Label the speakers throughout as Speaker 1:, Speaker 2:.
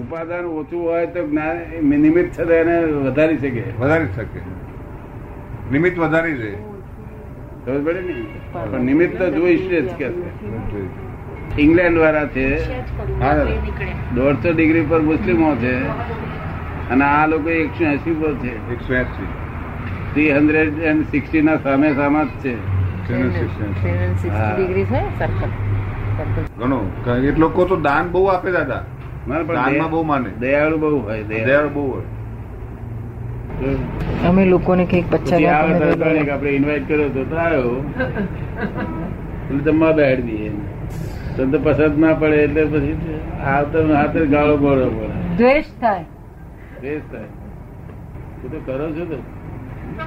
Speaker 1: ઉપાદાન ઓછું હોય તો જ્ઞાન નિમિત્ત છે તો એને વધારી શકે
Speaker 2: વધારી જ શકે નિમિત્ત વધારી દે
Speaker 1: ખબર પડે ને પણ નિમિત્ત તો જોઈશે જ કે છે. ઇંગ્લેન્ડ વાળા છે
Speaker 2: હા.
Speaker 1: દોઢસો ડિગ્રી પર મુસ્લિમો છે અને આ લોકો એકસો એસી પર છે
Speaker 2: એકસો એસી
Speaker 1: થ્રી હંડ્રેડ એન્ડ સિક્સટી ના સામે સામા જ છે હા.
Speaker 3: ડિગ્રી છે સર્કલ સર્કલ
Speaker 2: ઘણો કારણ કે લોકો તો દાન બહુ આપે દાદા
Speaker 1: મારે પણ
Speaker 2: દાનમાં બહુ
Speaker 1: દયા-
Speaker 2: માને
Speaker 1: દયાળુ બહુ હોય દયાળુ
Speaker 2: દયાળ બહુ હોય
Speaker 3: અમે લોકોને કંઈક
Speaker 1: પછી
Speaker 3: બચ્ચા
Speaker 1: આવે તો જાણે કે આપણે ઇન્વાઇટ કર્યો હતો તો આવ્યો એટલે જમવા બેહાડી દઈએ તો તો પસંદ ના પડે એટલે પછી આવતો ને હાથે ગાળો ગોળો પડે
Speaker 3: દ્વેષ થાય
Speaker 1: દ્વેષ થાય તું તો કરો છો તો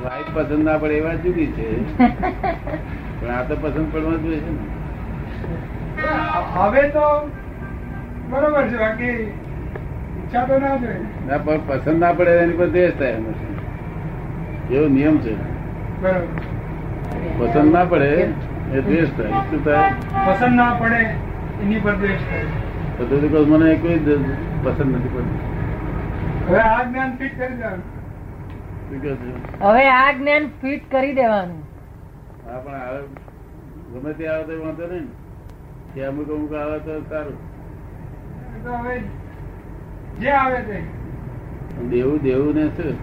Speaker 1: વાઈફ પસંદ ના પડે એ વાત જુદી છે પણ આ તો પસંદ પડવા જોઈએ છે ને
Speaker 4: હવે તો બરોબર છે બાકી ઈચ્છા તો ના જોઈએ
Speaker 1: ના પણ પસંદ ના પડે એની પર દ્વેષ થાય એમ છે. એવો નિયમ છે
Speaker 4: બરોબર
Speaker 1: પસંદ ના પડે એ દ્વેષ થાય શું થાય
Speaker 4: પસંદ ના પડે એની પર દ્વેષ થાય
Speaker 1: તો તો because મને કોઈ જ પસંદ નથી પડતું
Speaker 4: હવે આ જ્ઞાન ફિટ કરી દેવાનું
Speaker 1: શું કહે છે
Speaker 3: હવે આ જ્ઞાન ફિટ કરી દેવાનું
Speaker 1: હા પણ આવે ગમે તે આવે તો વાંધો નહીં ને તે અમુક અમુક આવે તો સારું
Speaker 4: એ તો હવે જે આવે તે
Speaker 1: પણ દેવું દેવું ને શું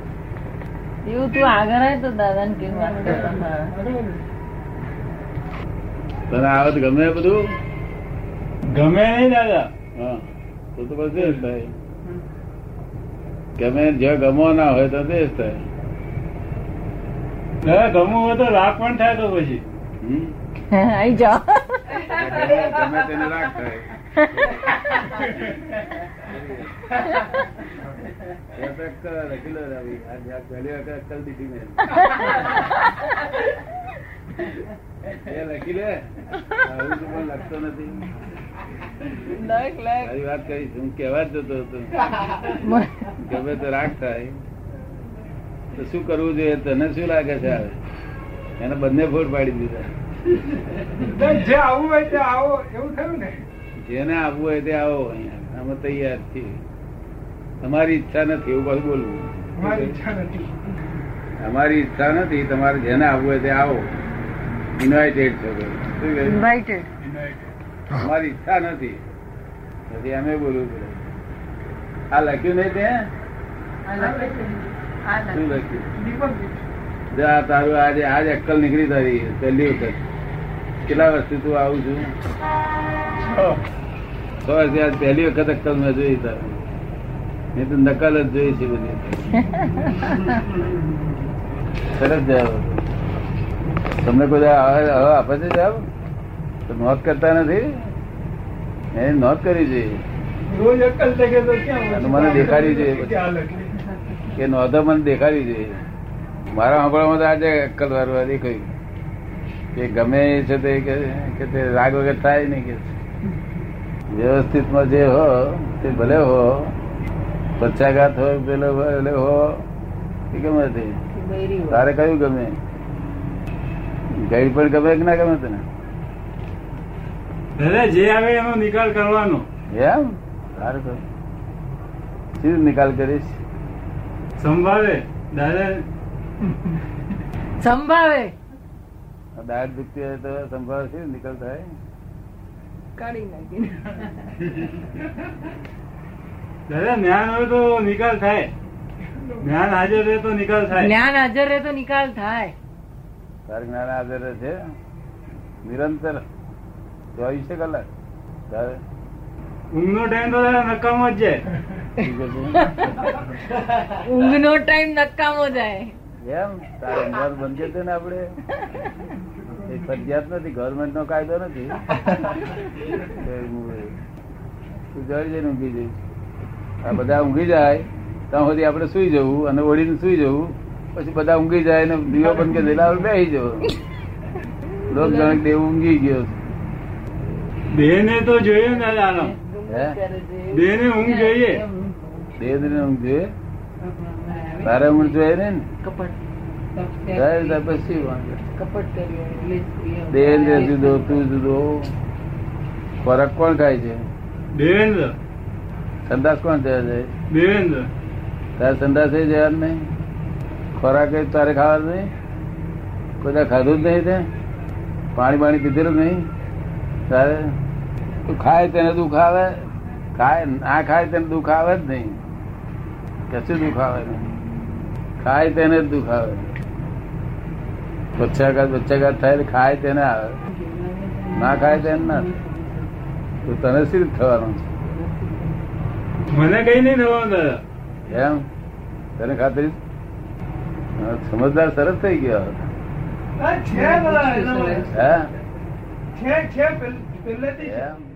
Speaker 3: એવું તું આગળ હોય તો દાદાને કેવી વાત કરતા મારા.
Speaker 4: બરોબર.
Speaker 1: તને આવે તો ગમે બધું
Speaker 4: ગમે નહીં દાદા
Speaker 1: હા તો તો બસ દેશ થાય ગમે જ્યાં ગમો ના હોય તો દેશ થાય
Speaker 4: દાદા ગમવું હોય તો રાગ પણ થાય તો પછી
Speaker 1: હમ?
Speaker 3: આઈ જાઓ
Speaker 1: ગમે તેને રાખ થાય એ તો અક્કલ લખેલો રવિ. આ જ્યાં પહેલી વખત અક્કલ દીધી મેં. એ લખી લે આવું તો પણ લખતો નથી
Speaker 3: લખ લખ
Speaker 1: તારી વાત કરીશ હું કહેવા જ જતો હતો
Speaker 3: મ-
Speaker 1: ગમે તો રાગ થાય તો શું કરવું જોઈએ તને શું લાગે છે હવે એને બંને ફોડ પાડી દીધા
Speaker 4: જે આવું હોય તે આવો એવું થયું ને
Speaker 1: જેને આવવું હોય તે આવો અહીંયા અમે તૈયાર છીએ તમારી ઈચ્છા નથી એવું પાછું
Speaker 4: અમારી
Speaker 1: બોલવું
Speaker 4: ઈચ્છા નથી
Speaker 1: અમારી ઈચ્છા નથી તમારે જેને આવવું હોય તે આવો ઇન્વાઇટેડ છો તમે. શું કહ્યું?
Speaker 3: Invited.
Speaker 1: અમારી ઈચ્છા નથી પછી અમે બોલવું પડે આ લખ્યું નહીં તે શું લખ્યું
Speaker 4: દીપક
Speaker 1: જો આ તારું આજે આજ અક્કલ નીકળી તારી પહેલી વખત કેટલા વર્ષથી તું આવું છું છ વર્ષથી આજ પહેલી વખત અક્કલ મેં જોઈ તારી મેં તો નકલ જ જોઈ છે બધી સરસ જવાબ હતો. તમને કોઈ દાડો આવા- આવા આપે છે જવાબ તો નોંધ કરતા નથી એ નોંધ કરવી જોઈએ
Speaker 4: રોજ અક્કલ થઈ તો ક્યાં
Speaker 1: અને મને દેખાડી દે.
Speaker 4: ક્યાં લખી?
Speaker 1: કે નોંધો મને દેખાડી દે મારા સાંભળવામાં તો આજે અક્કલ વારવા દેખાયું કે ગમે એ છે તે કે કે તે રાગ વગર થાય નહીં કે વ્યવસ્થિતમાં જે હો તે ભલે હો પચ્છાઘાત હોય પેલો ભલે હો એ ગમે તે તારે કયું ગમે ગઈ પણ ગમે કે ના ગમે તને
Speaker 4: દાદા જે આવે એનો નિકાલ કરવાનો
Speaker 1: એમ સારું કર શું નિકાલ કરીશ
Speaker 4: સંભાવે દાદા
Speaker 3: સંભાવે
Speaker 1: આ દાળ દુખતી હોય તો સંભાળ શું નિકાલ થાય
Speaker 3: કાઢી નાખી
Speaker 4: દાદા જ્ઞાન હોય તો નિકાલ થાય જ્ઞાન હાજર રહે તો નિકાલ
Speaker 3: જ્ઞાન હાજર રહે તો નિકાલ થાય
Speaker 1: તારે જ્ઞાન હાજર છે નિરંતર ચોવીસે કલાક તારે
Speaker 4: ઊંઘનો ટાઈમ તો દાદા નકામો જ જાય
Speaker 1: શું કરવું?
Speaker 3: ઊંઘનો ટાઈમ નકામો જાય
Speaker 1: કેમ તારે ઊંઘવાનું બંધ કરી દે ને આપણે એ ફરજિયાત નથી ગવર્મેન્ટ નો કાયદો નથી તો ઊંઘ એ. તું જઈ જઈને ઊંઘી જઈશ આ બધા ઊંઘી જાય ત્યાં સુધી આપણે સુઈ જવું અને ઓળીને સુઈ જવું પછી બધા ઊંઘી જાય ને દીવો બંધ કરી દેલા આપણે બેસી જવું લોક જાણે દેવું ઊંઘી ગયો
Speaker 4: બેને તો જોઈએ ને દાદા આનો બેને ઊંઘ જોઈએ
Speaker 1: દેવ ઊંઘ જોઈએ તારે ઊંઘ જોઈએ નહીં ને ત્યારે તાર પછી શું વાંધો? દેવેન્દ્ર જુદો તું જુદો ખોરાક કોણ ખાય છે
Speaker 4: દેવેન્દ્ર
Speaker 1: સંદાસ કોણ થયો છે
Speaker 4: દેવેન્દ્ર
Speaker 1: તારે સંદાસ એ જવાનું નહીં ખોરાક એ તારે ખાવાનું નહીં કોઈ તારે ખાધું જ નહીં તે પાણી બાણી પીધેલું જ નહીં તારે તું ખાય તેને દુઃખ આવે ખાય ના ખાય તેને દુઃખ આવે જ નહીં કશું દુઃખ આવે નહીં ખાય તેને જ દુઃખ આવે બચ્ચાઘાત બચ્ચાઘાત થાય એટલે ખાય તેને આવે ના ખાય તેને ના થાય. તો તને શું થવાનું
Speaker 4: મને કઈ નહીં થવાનું દાદા
Speaker 1: છે એમ તને ખાતરી હા, સમજદાર સરસ થઈ ગયો
Speaker 5: છે બધા એના માટે.
Speaker 1: હા
Speaker 5: છે છે પેલ- પહેલેથી છે.
Speaker 1: એમ